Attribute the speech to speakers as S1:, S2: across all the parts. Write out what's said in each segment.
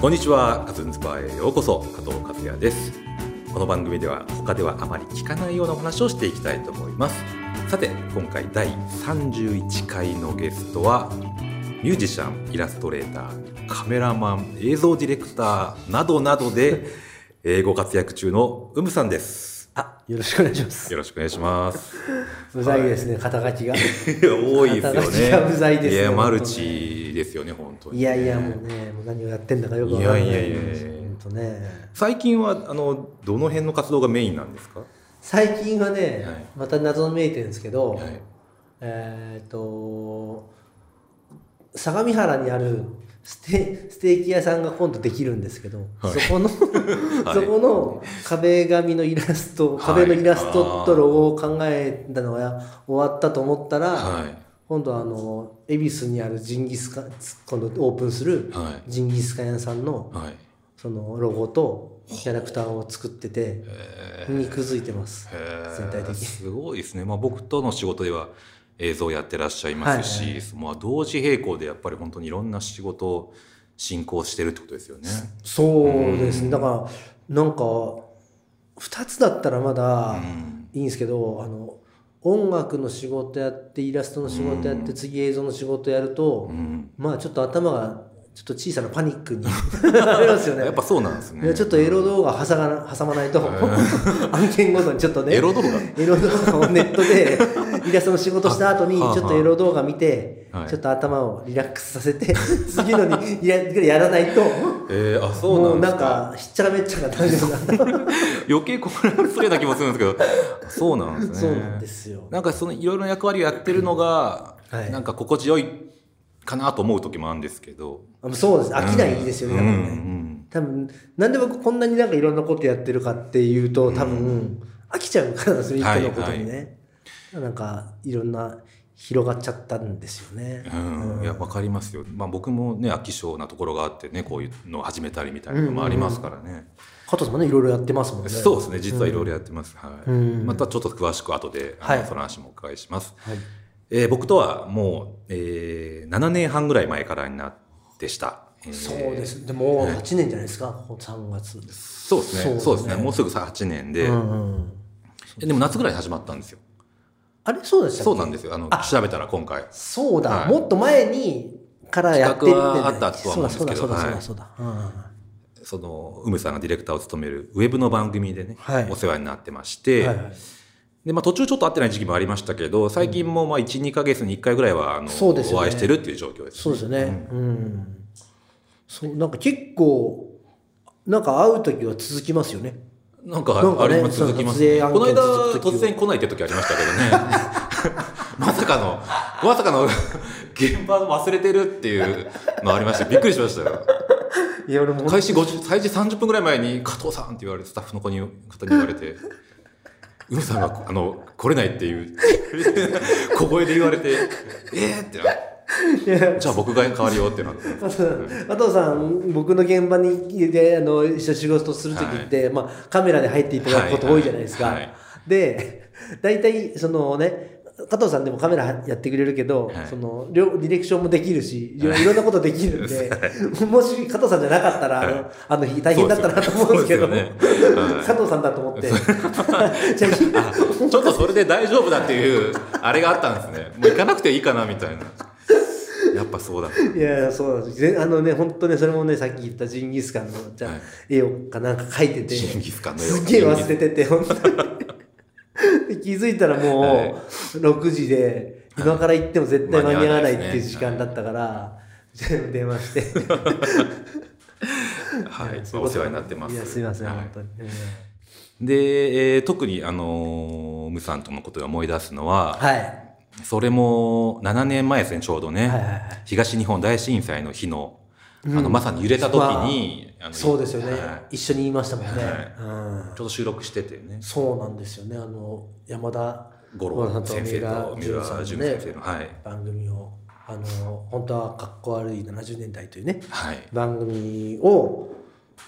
S1: こんにちはカズンズバーへようこそ加藤和也ですこの番組では他ではあまり聞かないようなお話をしていきたいと思いますさて今回第31回のゲストはミュージシャンイラストレーターカメラマン映像ディレクターなどなど で英語活躍中のウムさんです
S2: あ、よろしくお願いします。
S1: よろしくお願いします
S2: うざいですね、肩書き が。
S1: 多いですよね。
S2: 肩書きがうざいですね
S1: や、
S2: 本
S1: マ
S2: 当ね
S1: ルチですよね、本当に。
S2: いやいや、もうね、もう何をやってんだかよくわからない。
S1: いやいやいやいや
S2: ほんとね。
S1: 最近は、あの、どの辺の活動がメインなんですか。は
S2: 最近はね、
S1: はい
S2: また謎のめいてるんですけど、
S1: い。
S2: えっ、と、相模原にあるステステーキ屋さんが今度できるんですけど、
S1: はい
S2: そこの、
S1: はい
S2: そこの壁紙のイラスト、
S1: はい
S2: 壁のイラストとロゴを考えたのが終わったと思ったら、
S1: はい。
S2: 今度はあの恵比寿にあるジンギスカン今度オープンする
S1: はい
S2: ジンギスカン屋さんの
S1: はい。
S2: そのロゴとキャラクターを作ってて
S1: えー
S2: 肉づいてます
S1: えー
S2: 全体的に
S1: すごいですね。まあ、僕との仕事では。映像やってらっしゃいますし、
S2: はい
S1: まあ、同時並行でやっぱり本当にいろんな仕事を進行してるってことですよね。
S2: そうですねだからなんか2つだったらま
S1: う
S2: だ
S1: ん、
S2: いいんですけどあの音楽の仕事やってイラストの仕事やっ
S1: う
S2: て
S1: ん
S2: 次映像の仕事やると
S1: うん、
S2: まあちょっと頭がちょっと小さなパニックに なりますよね
S1: やっぱそうなんです
S2: いや
S1: ね。
S2: ちょっとエロ動画挟まな挟まないと、案件ごとにちょっとね
S1: エロ動画。
S2: エロ動画をネット でイラストの仕事した後にち
S1: あは
S2: ょ
S1: あ
S2: っとエロ動画見て、
S1: はい
S2: ちょっと頭をリラックスさせて次のにややらないと
S1: えー、あ、そう
S2: も
S1: な
S2: うん
S1: で
S2: な
S1: す
S2: ん
S1: か。
S2: かひっちゃらめっちゃな感じになった
S1: 余計混乱するような気もするん ですけど、そうなんですね。
S2: そうなんですよ
S1: なんかそのいろいろな役割をやってるのが、
S2: はい
S1: なんか心地よいかなと思う時もあるんですけど。
S2: あそうです飽きないですよね、
S1: うん
S2: 多分ね多分なんで僕こんなになんかいろんなことやってるかっていうと多分、飽きちゃうからなんですよ一個のことにね、なんかいろんな広がっちゃったんですよね、
S1: うんうんいやわかりますよ、まあ、僕もね飽き性なところがあってねこういうのを始めたりみたいなのもありますからね、
S2: 加藤さんもねいろいろやってますもんね
S1: そうですね実はいろいろやってます、はい
S2: うん
S1: またちょっと詳しく後で、あの
S2: はい
S1: その話もお伺いします、
S2: はい
S1: えー僕とはもう、えー7年半ぐらい前からになってした、えー
S2: そうですでも8年じゃないですか、この3月です
S1: そうですねそ
S2: そうう
S1: で
S2: ですすね
S1: ねもうすぐさ8年で、
S2: うんうん
S1: えでも夏ぐらいに始まったんですよ
S2: あれそうでしたっけ
S1: そうなんですよあの調べたら今回
S2: そうだ、
S1: はい
S2: もっと前にからやってるんだよね
S1: 企画はあったとは思うんですけど
S2: そうだそう
S1: は
S2: だ
S1: い
S2: そうだそうだ、うん
S1: その梅さんがディレクターを務めるウェブの番組でね、
S2: はい
S1: お世話になってまして、
S2: はいはい
S1: でまあ、途中ちょっと会ってない時期もありましたけど最近もまあ12か月に1回ぐらいはあの、
S2: そうですよ
S1: お
S2: ね
S1: 会いしてるっていう状況です
S2: そう
S1: ね、
S2: ですよねうん、そうなんか結構なんか会う時は続きますよね
S1: なんか
S2: なんか
S1: あ
S2: ね
S1: れも続きますね
S2: その撮影案
S1: こ
S2: 件
S1: の間
S2: 続く時
S1: 突然来ないって時ありましたけどね まさかのまさかの現場忘れてるっていうのありましてびっくりしましたよ
S2: いや俺も
S1: 開始50開始30分ぐらい前に「加藤さん」って言われてスタッフの子に方に言われて「梅さんがあの来れない」っていう小声で言われて「えっ!」ってなじゃあ僕が代わりよってなって
S2: 加藤さん加藤さん、僕の現場にであの一緒に仕事する時って、まあ、カメラで入っていただくこと多いじゃないですか。
S1: はいはいはい
S2: で、大体、そのね、加藤さんでもカメラやってくれるけど、
S1: はい
S2: その両ディレクションもできるし、いろいろんなことできるん で、もし加藤さんじゃなかったら、あのあの日大変だったなと思うんですけど、
S1: そうですよねはい
S2: 加藤さんだと思って、 じゃあ
S1: あちょっとそれで大丈夫だっていうあれがあったんですねもう行かなくていいかなみたいなやっぱそうだ
S2: いやそうなんですぜあのね本当ねそれもねさっき言ったジンギスカンのじゃあ、
S1: はい
S2: 絵をかなんか描いてて
S1: ジンギスカンの絵を
S2: すっげえ忘れてて本当にで気づいたらもう、
S1: はい
S2: 6時で今から行っても絶対間に合わないっ
S1: 間に合わ
S2: て
S1: ない
S2: い
S1: で
S2: う
S1: すね
S2: 時間だったから、全部電話して
S1: はい
S2: やそううこ
S1: お世
S2: と
S1: 話になってます
S2: いやすいません、
S1: はい
S2: 本当に、うん
S1: で、えー特にあのムさんとのことを思い出すのは、
S2: はい
S1: それも7年前ですねちょうどね、
S2: はいはいはい
S1: 東日本大震災の日のあの、まさに揺れた時に、あの
S2: そうですよね、
S1: はい
S2: 一緒にいましたもんね、
S1: はい
S2: うん
S1: ちょうど収録しててね
S2: そうなんですよねあの山田
S1: 五
S2: さん
S1: 郎
S2: と
S1: 先生と三浦
S2: さん
S1: 淳
S2: のね
S1: 先生のはい、
S2: 番組をあの本当は「かっこ悪い70年代」というね
S1: はい
S2: 番組を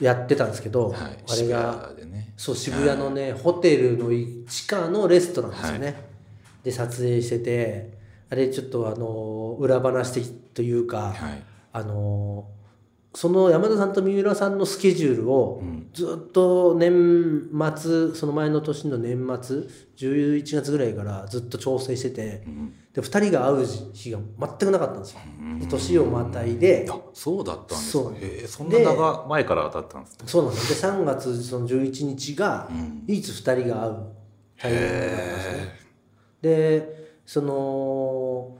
S2: やってたんですけど、
S1: はい、
S2: あれ
S1: 渋
S2: が
S1: 谷でね
S2: そう渋谷のね、ホテルの地下のレストランですよね、
S1: は
S2: で撮影しててあれちょっとあの裏話的というか、
S1: はい
S2: あのその山田さんと三浦さんのスケジュールを
S1: うん
S2: ずっと年末その前の年の年末11月ぐらいからずっと調整してて
S1: うん
S2: で2人が会う日が全くなかったんですよ。で年をまたいで
S1: あそうだったんです
S2: そ
S1: か
S2: う
S1: へえそんな長前から当たったんですね
S2: そうなんですで3月その11日が
S1: うん
S2: 唯一2人が会うタイミングだったんですね。
S1: へ
S2: でその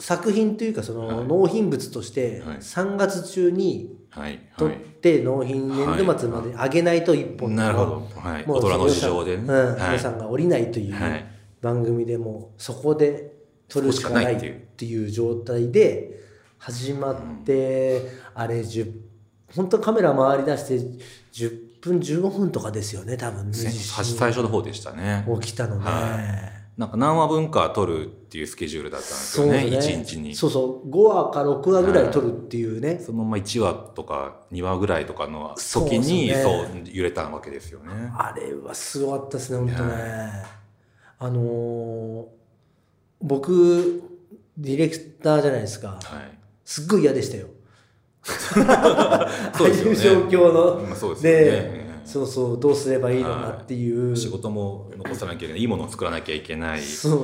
S2: 作品というかその、
S1: はい
S2: 納品物として
S1: はい
S2: 3月中に
S1: えはいは
S2: 取っ
S1: い
S2: て納品年度末までに上げないと1本の
S1: なるほどはい
S2: も
S1: 大
S2: う
S1: 人の事情でね
S2: うん
S1: は
S2: 予
S1: い
S2: 算が下りないという
S1: はい
S2: 番組でもうそこで取るしかないっていう状態で始まってあれ10本当カメラ回り出して10分15分とかですよね多分ね
S1: 最最初の方でしたね
S2: 起きたのね。
S1: はなんか何話分か取るっていうスケジュールだったんです
S2: そ
S1: よ
S2: う
S1: ね一日に
S2: そうそう5話か6話ぐらい撮るっていうね、
S1: そのまま1話とか2話ぐらいとかの時に
S2: そうです
S1: そう
S2: ね
S1: 揺れたわけですよね。
S2: あれはすごかったですね本当ね、あのー僕ディレクターじゃないですか
S1: はい、
S2: すっごい嫌でしたよ
S1: そうですよね
S2: ああいう状況の、
S1: まあそうですよねうん
S2: そうそうどうすればいいのかっていう、
S1: 仕事も残さなきゃいけないいいものを作らなきゃいけない
S2: そ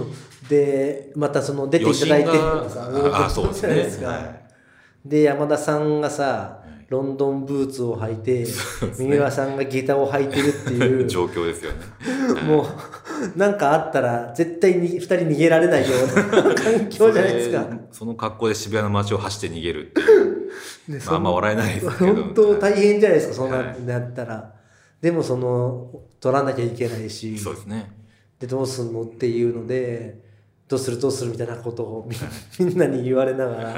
S2: うでまたその出ていただいて
S1: 余震が ああそうですね
S2: じゃないですか
S1: はい
S2: で山田さんがさ
S1: い
S2: ロンドンブーツを履いて、
S1: すね
S2: 三浦さんが下駄を履いてるって いう
S1: 状況ですよね。
S2: もう、なんかあったら、絶対に2人逃げられないよう な環境じゃないです
S1: それ
S2: か。
S1: その格好で渋谷の街を走って逃げるっていう。
S2: で
S1: まあ、あんま笑えないですけど。
S2: 本当大変じゃないですか、そんな、
S1: はい
S2: なったら。でも、その、取らなきゃいけないし、
S1: そうですね。
S2: で、どうすんのっていうので、どうするどうするみたいなことをみみんなに言われながら、
S1: は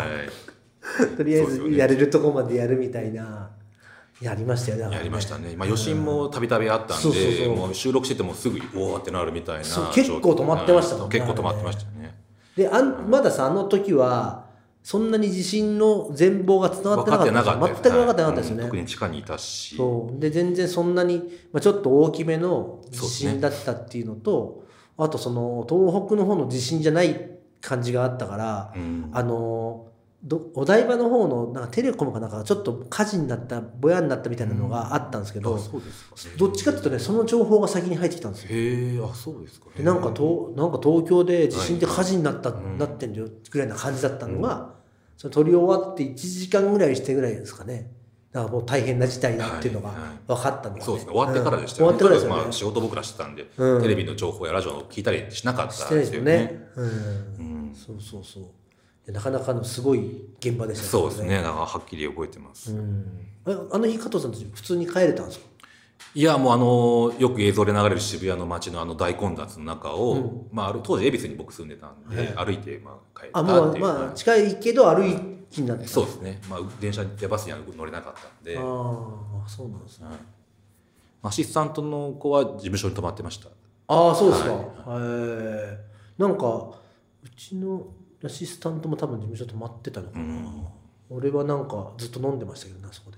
S2: とりあえ
S1: そうですよ
S2: ず
S1: ね
S2: やれるとこまでやるみたいな、やりましたよねだか
S1: い。
S2: らね。
S1: やりましたね。まあ、余震もたびたびあったんで、
S2: そうそうそう
S1: もう収録しててもすぐ、おおってなるみたいな
S2: そう
S1: 状況。
S2: 結構止まってましたもんね
S1: 結構止まってましたね。
S2: であんまださあの時はそんなに地震の全貌が伝わ
S1: 分
S2: って
S1: かって
S2: な
S1: な
S2: か
S1: か
S2: っ
S1: ったたです
S2: です全く分かってなかったです
S1: う
S2: よ
S1: ん
S2: ね、
S1: 特に地下にいたし。
S2: そうで全然そんなに、まあ、ちょっと大きめの地
S1: そう
S2: 震
S1: ね
S2: だったっていうのとあとその東北の方の地震じゃない感じがあったから、
S1: うん
S2: あのどお台場の方のなんかテレコムかなんかがちょっと火事になったぼやになったみたいなのがあったんですけど、
S1: あそうですか
S2: どっちかっていうとねその情報が先に入ってきたんですよ
S1: へえあそうですか
S2: でなんかとなんか東京で地震で
S1: はい
S2: 火事になった、
S1: うん
S2: なってんだよぐらいな感じだったのが、それ撮り終わって1時間ぐらいしてぐらいですかねだからもう大変な事態だっていうのが
S1: はいはい
S2: 分かったのが、
S1: そうですね終わってからでしたよ
S2: うん
S1: ね、
S2: 終わって
S1: とにから
S2: か
S1: くまあ
S2: ですよね
S1: 仕事僕らしてたんで、
S2: うん
S1: テレビの情報やラジオの聞いたりしなかっ
S2: したてないですよね、うん
S1: うん
S2: そうそうそういやなかなかのすごい現場でした
S1: そうですねだからはっきり覚えてます、
S2: うんえあの日加藤さんたち普通に帰れたんですか
S1: いやもうあのよく映像で流れる渋谷の街のあの大混雑の中を、まあ、ある当時恵比寿に僕住んでたんで、歩いてまあ帰った
S2: あ
S1: っ
S2: も
S1: て
S2: う
S1: いう
S2: ま
S1: 感じ
S2: あ近いけど歩きになってた
S1: そうですね、まあ、電車やバスには乗れなかったんで
S2: ああそうなんですね
S1: アシスタントの子は事務所に泊まってま した
S2: ああそうですか、へえなんかうちのアシスタントも多分事務所泊まってたのかな、俺はなんかずっと飲んでましたけどなそこで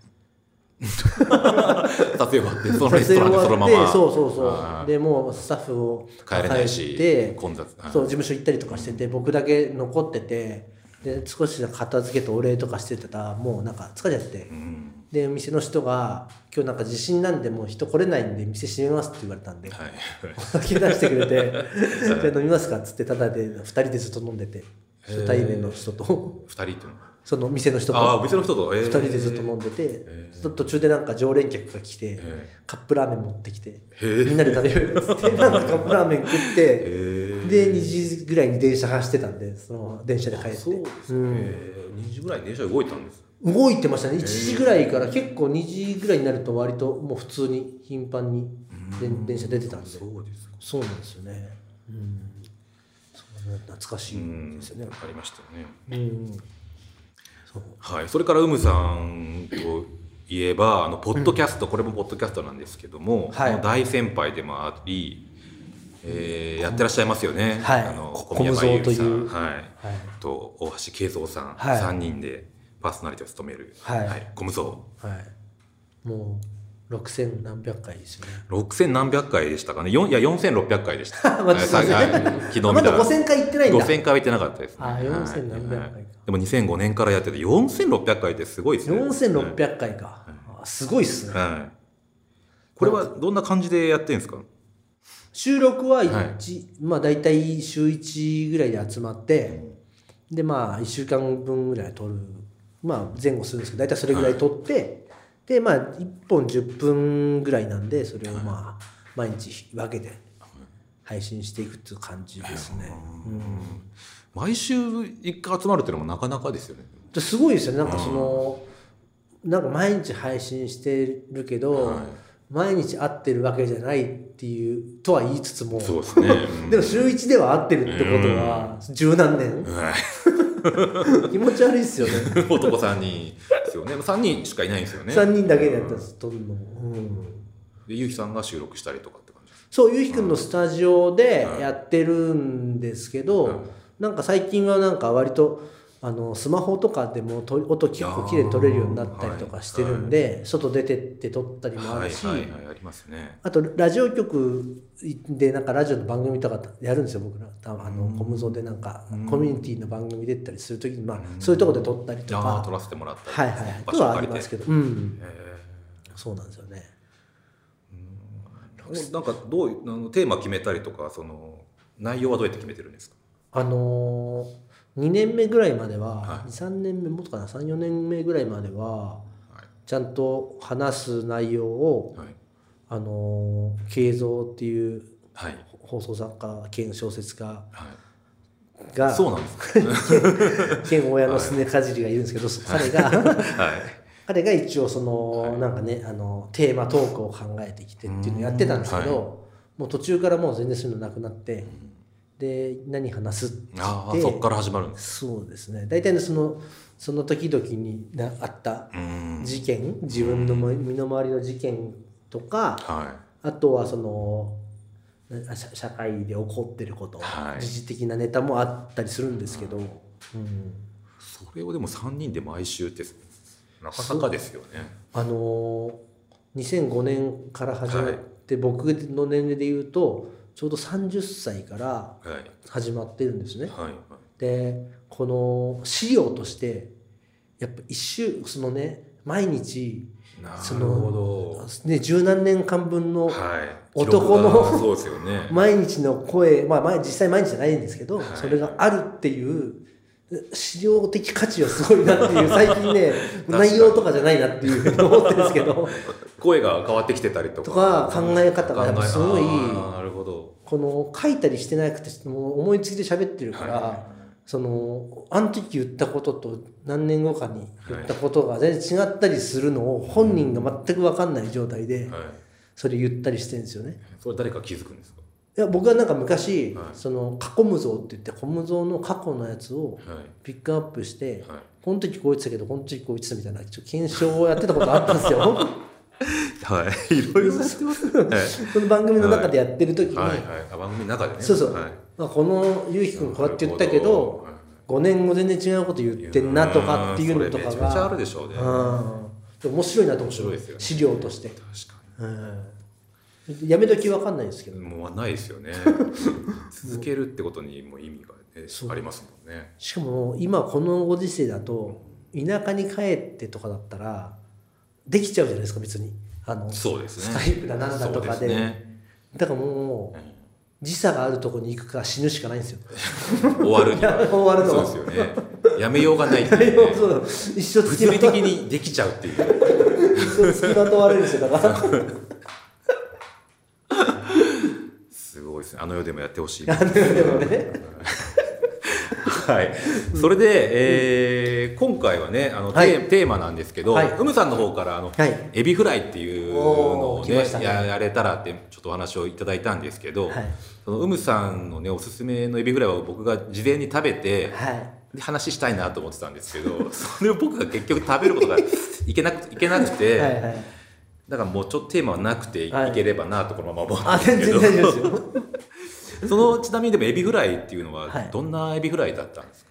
S1: 撮影終わってそのレストランでそのま
S2: 撮影終わっ
S1: ま
S2: てそうそう
S1: あ
S2: そう
S1: ー
S2: でもうスタッフを
S1: 帰れないし
S2: 帰って
S1: 混雑はい
S2: そう事務所行ったりとかしてて僕だけ残っててで少し片付けとお礼とかしてたらもうなんか疲れちゃって、
S1: うん
S2: で店の人が「今日なんか地震なんでもう人来れないんで店閉めます」って言われたんで、
S1: はい
S2: お酒出してくれて「じゃあ飲みますか」っつってただで2人でずっと飲んでて初対面の人と
S1: 二人っていうの
S2: その店の人
S1: ああ
S2: と
S1: 別の人と
S2: 2
S1: 二
S2: 人でずっと飲んでてその途中でなんか常連客が来て
S1: え
S2: カップラーメン持ってきて
S1: ー
S2: みんなで食べようよっつって なんかカップラーメン食って
S1: え
S2: で2時ぐらいに電車走ってたんでその電車で帰っ
S1: そう
S2: て
S1: ですねえー二時ぐらいに電車動いたんです
S2: 動いてましたね1時ぐらいから結構2時ぐらいになると割ともう普通に頻繁にで電車出てたんで
S1: そうですか
S2: そうなんですよね。うん。そうね懐かし
S1: う
S2: い
S1: ん
S2: ですよね。
S1: ありましたよね
S2: うん。そう。
S1: はいそれからウムさんといえばあのポッドキャストこれもポッドキャストなんですけども
S2: はい
S1: あの大先輩でもありえーやってらっしゃいますよね
S2: はい
S1: あの
S2: こ
S1: 小宮山
S2: 小
S1: 優
S2: 無造と
S1: さ
S2: いうん
S1: はい
S2: はい。
S1: と大橋慶三さん
S2: はい
S1: 三人でパーソナリティを務める
S2: はい
S1: コムゾ
S2: はい。もう。 6000何百回ですよね。
S1: 6000何百回でしたかね。よんいや、4600回でした。
S2: またすいません
S1: はいはい昨日見た
S2: あ
S1: ら。
S2: まだ5000回行ってないん
S1: 5000
S2: だ。
S1: 回は行ってなかったですね。
S2: あ
S1: は
S2: 4000
S1: い
S2: 何百回か
S1: でも2005年からやってて、4600回ってすごいですね。はい
S2: 4600回か。あすごいっすね。
S1: はい。これはどんな感じでやってるんですか
S2: 収録は
S1: はい
S2: 1、まあ大体週1ぐらいで集まって、でまあ1週間分ぐらい撮る、まあ前後するんですけど、大体それぐらい撮って、でまあ1本10分ぐらいなんで、それをまあ毎日分けて配信していくっていう感じですね。
S1: 毎週一回集まるっていうのもなかなかですよね。
S2: ですごいですよねなんかその、なんか毎日配信してるけど、
S1: はい
S2: 毎日会ってるわけじゃないっていうとは言いつつも
S1: そうです ね。うん
S2: でも週1では会ってるってことは十何年、
S1: はい
S2: 気持ち悪いですよね
S1: 男3人ですよね。3人しかいないんですよね。
S2: 3人だけでやったら撮るのも、うん
S1: で、ゆうきさんが収録したりとかって感じです
S2: そうゆうひくんのスタジオで
S1: はい
S2: やってるんですけど、
S1: はい
S2: なんか最近はなんか割とあのスマホとかでもと音結構綺麗に撮れるようになったりとかしてるんで、外出てって撮ったりもあ
S1: は
S2: る
S1: い
S2: し、
S1: はいはい、ありますね。
S2: あとラジオ局でなんかラジオの番組とかやるんですよ僕らたあのコムゾでなんかコミュニティの番組出たりするときにまあそういうところで撮ったりと
S1: ああ、
S2: か
S1: 撮らせてもらったり。
S2: はいはい
S1: 場
S2: と
S1: 所
S2: は
S1: を
S2: あ
S1: 借
S2: り
S1: り
S2: ま
S1: て
S2: す。けどうん
S1: え
S2: そうなんですよね
S1: ーなんかどういうあのテーマ決めたりとかその内容はどうやって決めてるんですか。
S2: あのー、2年目ぐらいまで
S1: は
S2: はい23年目もっとかな34年目ぐらいまでは
S1: はい
S2: ちゃんと話す内容を
S1: はい
S2: あのー慶三っていう
S1: はい
S2: 放送作家兼小説家
S1: はい。
S2: が
S1: そうなんですか。
S2: 兼親のすねかじりがいるんですけど、彼が
S1: はい。
S2: 彼が一応その、なんかねあのテーマトークを考えてきてっていうのをやってたんですけど、
S1: うん
S2: もう途中からもう全然そういうのなくなって、で何話すって言
S1: あ
S2: っ
S1: あ、
S2: て
S1: そこから始まるんです。
S2: そうですね大体ねそのその時々になあった
S1: うん。
S2: 事件、自分のも身の回りの事件とか、
S1: は
S2: あとはそのな社社会で起こってること、
S1: はい
S2: 時事的なネタもあったりするんですけど、うん
S1: い。それをでも三人で毎週ってなかなかですよね。
S2: あのー、2005年から始まって、僕の年齢で言うとちょうど30歳から
S1: はい
S2: 始まってるんですね。
S1: はいはい。
S2: でこの資料としてやっぱ一週そのね毎日
S1: な
S2: そ
S1: る
S2: の
S1: ほど。
S2: ね十何年間分の
S1: はい。
S2: 男の
S1: 記録がそうですよね。
S2: 毎日の声、まあ、毎実際毎日じゃないんですけど、
S1: はい
S2: それがあるっていう資料的価値はすごいなっていう最 近ね
S1: かに
S2: 内容とかじゃないなっていうふうに思ってるんですけど。
S1: 声が変わってきてたりとか。
S2: とか考え方がやっぱすご
S1: 考え
S2: い
S1: あーなるほど。
S2: この書いたりしてなくてもう思いつきで喋ってるから、
S1: は
S2: そのあの時言ったことと何年後かに言ったことが全然違ったりするのを本人が全く分かんない状態
S1: は
S2: で
S1: い。
S2: それ言ったりしてるんですよね。
S1: それ誰か気づくんですか。
S2: いや僕はなんか昔、
S1: はい
S2: その過去無像って言ってコム像の過去のやつを
S1: はい。
S2: ピックアップして、
S1: はい
S2: この時こう言ってたけどこの時こう言ってたみたいなちょっと検証をやってたことあったんで すよ。
S1: はい、いろいろ知ってます。はい、
S2: この番組の中でやってる時に、
S1: はい、はい、あ番組の中でね。
S2: そうそう、
S1: はい、
S2: まあ、このゆうきくんこうやって言ったけ
S1: なるほ
S2: ど5年後全然違うこと言ってんなとかっていうのと
S1: うん
S2: か
S1: それめちゃめちゃあ
S2: が
S1: るでしょうね。確
S2: うんでも面白いなと思って
S1: 面白いですよね
S2: 資料として、
S1: か
S2: うん、やめときわかんないですけど
S1: に。もうないです よね。続けるってことにも意味が、ね、ありますもんね。
S2: しかも今このご時世だと田舎に帰ってとかだったらできちゃうじゃないですか別にあの
S1: そうですね。
S2: スカイプだなんだとか
S1: そ
S2: で
S1: うすね
S2: だからもう時差があるとこに行くか死ぬしかない んですよ
S1: 終わるには
S2: 終わるの
S1: そう
S2: は
S1: ですよね。やめようがないって いう、ね。
S2: そう一生つ
S1: 物
S2: きま
S1: 理
S2: と
S1: 的にできちゃうっていう。
S2: 一生つきまとわれるんですよだから
S1: すごいですね。あの世でもやってほし い。
S2: あのでもね
S1: はい、それで、えー今回はねあの、テー
S2: は
S1: テーマなんですけど、
S2: はいう
S1: むさんの方からあの、
S2: はい
S1: エビフライっていうのを、
S2: おー
S1: ね
S2: 来ましたね
S1: ややれたらってちょっとお話をいただいたんですけど、
S2: はい
S1: そのうむさんのねおすすめのエビフライを僕が事前に食べて、
S2: はい
S1: で話したいなと思ってたんですけど それを僕が結局食べることがいけなくいけなくて、
S2: はいはい。
S1: だからもうちょっとテーマはなくてい
S2: はい
S1: ければなとこのまま思った
S2: あ、
S1: んです
S2: 全
S1: けど、
S2: 然大丈夫ですよ。
S1: そのちなみにでもエビフライっていうのは
S2: はい
S1: どんなエビフライだったんですか、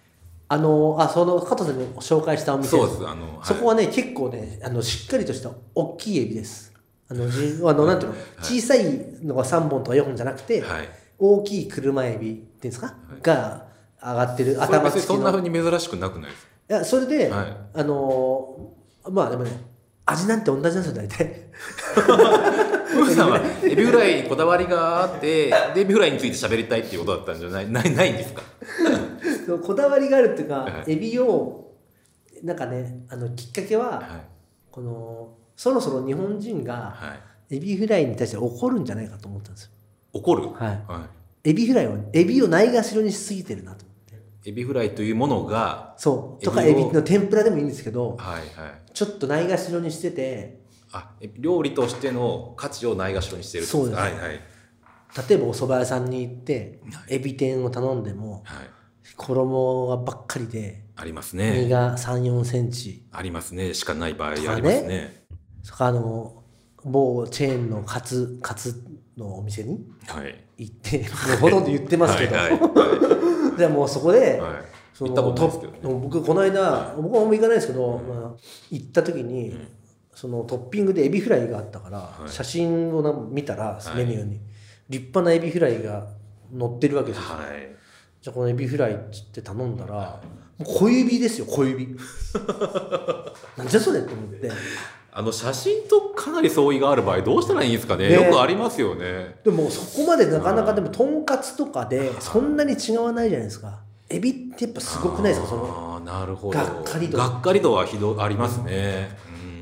S2: あの、あ、その、加藤さんに紹介したお店。
S1: そうですあのはい
S2: そこはね、結構ね、あの、しっかりとした大きいエビです。あの、じ あのなんていうの、小さいのが3本とか4本じゃなくて、
S1: はい。
S2: 大きい車エビっていうんですか、
S1: い
S2: が上がってる
S1: それ
S2: 頭
S1: 別
S2: 付
S1: にそ
S2: き
S1: んな
S2: の
S1: 風に珍しくなくないです
S2: いやそれで、
S1: はい
S2: あのーまあでもね味なんて同じなんですよ大体
S1: か。ムーさんは エビフライにこだわりがあって、でエビフライについて喋りたいっていうことだったんじゃないないないんですか。
S2: そうこだわりがあるっていうか
S1: は
S2: エビをなんかねあのきっかけは、
S1: はい
S2: このそろそろ日本人が
S1: はい。
S2: エビフライに対して怒るんじゃないかと思ったんですよ
S1: 怒る。
S2: はい
S1: は
S2: エビフライをエビをないがしろにしすぎてるなと思って
S1: い。エビフライというものが、
S2: そうとか
S1: エ
S2: エ
S1: ビを
S2: ビの天ぷらでもいいんですけど
S1: はいはい。
S2: ちょっとないがしろにしてて
S1: あ、え料理としての価値をないがしろにしてるってこと
S2: そう
S1: は
S2: で
S1: い
S2: す
S1: はい
S2: 例えばお蕎麦屋さんに行ってエビ天を頼んでも
S1: はい。
S2: 衣がばっかりで
S1: あります
S2: 身
S1: ね。
S2: が3 4センチ
S1: ありますね。しかない場合ありますね。
S2: そこあの某チェーンのカツカツのお店に
S1: はい。
S2: 行ってもう ほとんど言ってますけど
S1: はいはいは
S2: でもうそこで、
S1: いはい。
S2: そ
S1: 行
S2: の
S1: ったことないですけどね
S2: トップ僕この間僕はもう行かないですけど、まあ、行った時に、そのトッピングでエビフライがあったから、
S1: い
S2: 写真をな見たら
S1: い
S2: メニューに、立派なエビフライが乗ってるわけですよ、
S1: はい。
S2: じゃあこのエビフライっつって頼んだら、もう小指ですよ 小指なんじゃそれと思って
S1: あの写真とかなり相違がある場合どうしたらいいんですかね
S2: ね
S1: よくありますよね
S2: でもそこまでなかなかでもとんかつとかでそんなに違わないじゃないですかエビってやっぱすごくないですかその
S1: あーなるほど
S2: がっかり度
S1: がっかり度はひどありますね、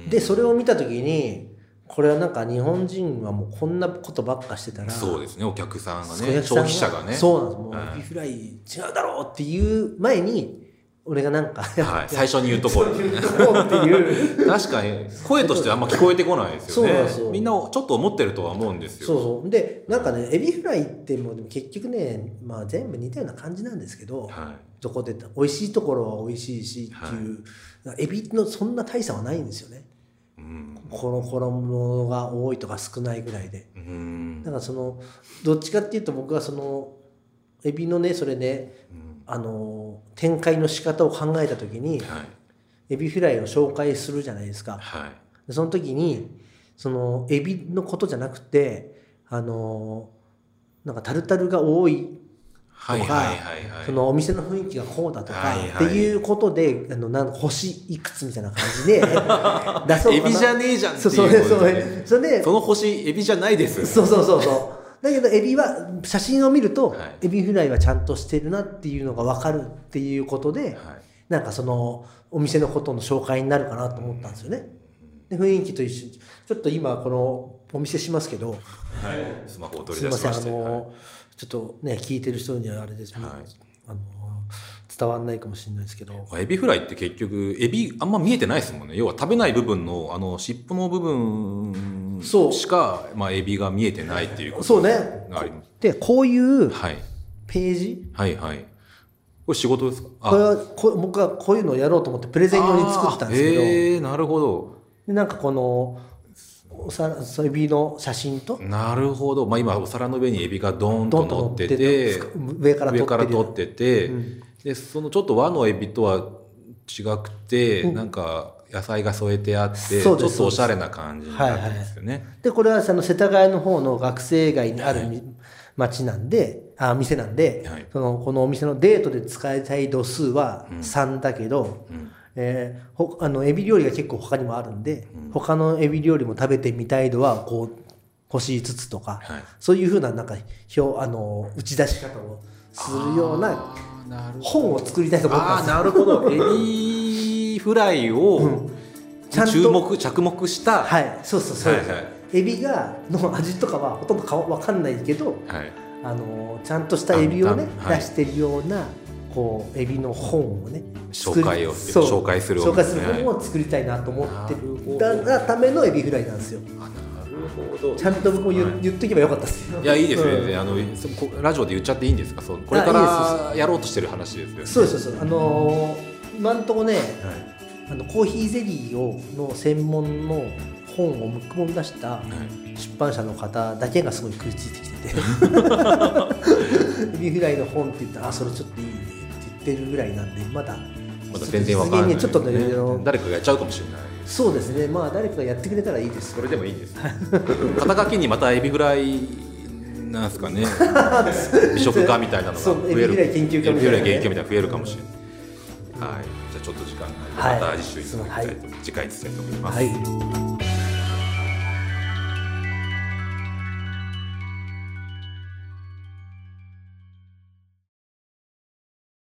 S1: うん
S2: でそれを見た時にこれはなんか日本人はもうこんなことばっかしてたら
S1: そうですねお客さんが
S2: そうお
S1: ね
S2: 客さん
S1: 消費者がね
S2: そうなんですもう、
S1: はい
S2: エビフライ違うだろうっていう前に俺がなんか、
S1: はい、最初に言うところ
S2: そうって いう
S1: 確かに声としてあんま聞こえてこないですよ
S2: そう
S1: ね
S2: なんですよ
S1: みんなちょっと思ってるとは思うんですよ
S2: そうそうでなんかねエビフライってもうでも結局ね、まあ、全部似たような感じなんですけど、
S1: は
S2: どこで美味しいところは美味しいしっていう、エビのそんな大差はないんですよね
S1: い、うん
S2: この衣が多いとか少ないぐらいで
S1: うん
S2: だからそのどっちかっていうと僕はそのエビのねそれね
S1: うん
S2: あの展開の仕方を考えた時に
S1: はい
S2: エビフライを紹介するじゃないですか
S1: はい
S2: でその時にそのエビのことじゃなくてあのなんかタルタルが多い
S1: はいはいはいはい
S2: そのお店の雰囲気がこうだとか、
S1: はいはい
S2: っていうことであのなん星いくつみたいな感じ で出そうかな
S1: エビじゃねえじゃんっていう
S2: そうそうそう
S1: こと
S2: そ
S1: ですね
S2: れそれで
S1: その星エビじゃないです
S2: そうそうそうそう。だけどエビは写真を見ると、
S1: はい
S2: エビフライはちゃんとしてるなっていうのが分かるっていうことで、
S1: はい
S2: なんかそのお店のことの紹介になるかなと思ったんですよね。で雰囲気と一緒にちょっと今このお見せしますけど
S1: スマホを取
S2: す
S1: り
S2: い
S1: 出
S2: ま
S1: し
S2: せん
S1: ま
S2: あ
S1: して
S2: の、
S1: はい
S2: ちょっとね聞いてる人にはあれです、ね
S1: はい
S2: あの伝わんないかもしれないですけど
S1: エビフライって結局エビあんま見えてないですもんね要は食べない部分のあの尻尾の部分
S2: そう
S1: しか、まあ、エビが見えてないっていうこと
S2: そうね
S1: があります
S2: でこういう
S1: はい
S2: ページ
S1: はいはいこれ仕事ですか
S2: これはこ僕はこういうのをやろうと思ってプレゼン用に作ったんですけど
S1: あーへーなるほど
S2: でなんかこのおさそエビの写真と
S1: なるほど、まあ、今お皿の上にエビがドーン
S2: ど
S1: と
S2: んと
S1: 乗
S2: 乗っ
S1: って
S2: て
S1: て
S2: 上から
S1: 上
S2: 撮
S1: か
S2: って
S1: ら
S2: るよ
S1: 取ってて、
S2: うん
S1: でそのちょっと和のエビとは違くて、なんか野菜が添えてあってち
S2: そ
S1: ょ
S2: う
S1: っ
S2: です
S1: とおしゃれな感じになってますよね、
S2: でこれはその世田谷の方の学生街にあるみ、町なんであ店なんで、
S1: はい
S2: そのこのお店のデートで使いたい度数は3だけど、えーほあのエビ料理が結構他にもあるんで、他のエビ料理も食べてみたい度はこう星5つとか、
S1: はい
S2: そういうふうななんか表あの打ち出し方をするような
S1: あーなるほど
S2: 本を作りたいと思ったん
S1: あー
S2: ですよ
S1: なるほどエビフライを
S2: ちゃんと
S1: 注目着目した、
S2: はい、そうそうそう、
S1: はいはい
S2: エビがの味とかはほとんど顔わかんないけど、
S1: はい
S2: あのーちゃんとしたエビをね
S1: 淡、々はい
S2: 出してるようなこうエビの本をね作り
S1: 紹介をする
S2: そう
S1: 紹介する
S2: 紹介する
S1: 本ですね
S2: 本を作りたいなと思って
S1: なるほど
S2: るだがためのエビフライなんですよ
S1: あなるほど
S2: ちゃんと僕も言,、
S1: はい
S2: 言っとけばよかったですよ
S1: いやいいですね、
S2: うん
S1: あのそこラジオで言っちゃっていいんですかそうこれか
S2: あいい
S1: らやろうとしてる話ですよね
S2: そうそうそうあのー今んとこね
S1: はい
S2: あのコーヒーゼリーをの専門の本をむくもり出した
S1: はい
S2: 出版社の方だけがすごい食いついてき ててエビフライの本って言ったらあそれちょっといいねって言ってるぐらいなんでまだ
S1: まだ全然わからない、
S2: ちょっとねちょっとねあの
S1: 誰かがやっちゃうかもしれない
S2: そうですねまあ誰かがやってくれたらいいです
S1: それでもいいです肩書きにまたエビフライなんですか ね美食家みたいなのが増える
S2: そうエビフライ研究家み
S1: エビ
S2: たいなね
S1: フライ研究家みたいなのが増えるかもしれない、はい、じゃあちょっと時間がないのでまた次週に続きたいと、
S2: は
S1: 次回にしたいと思います、
S2: はい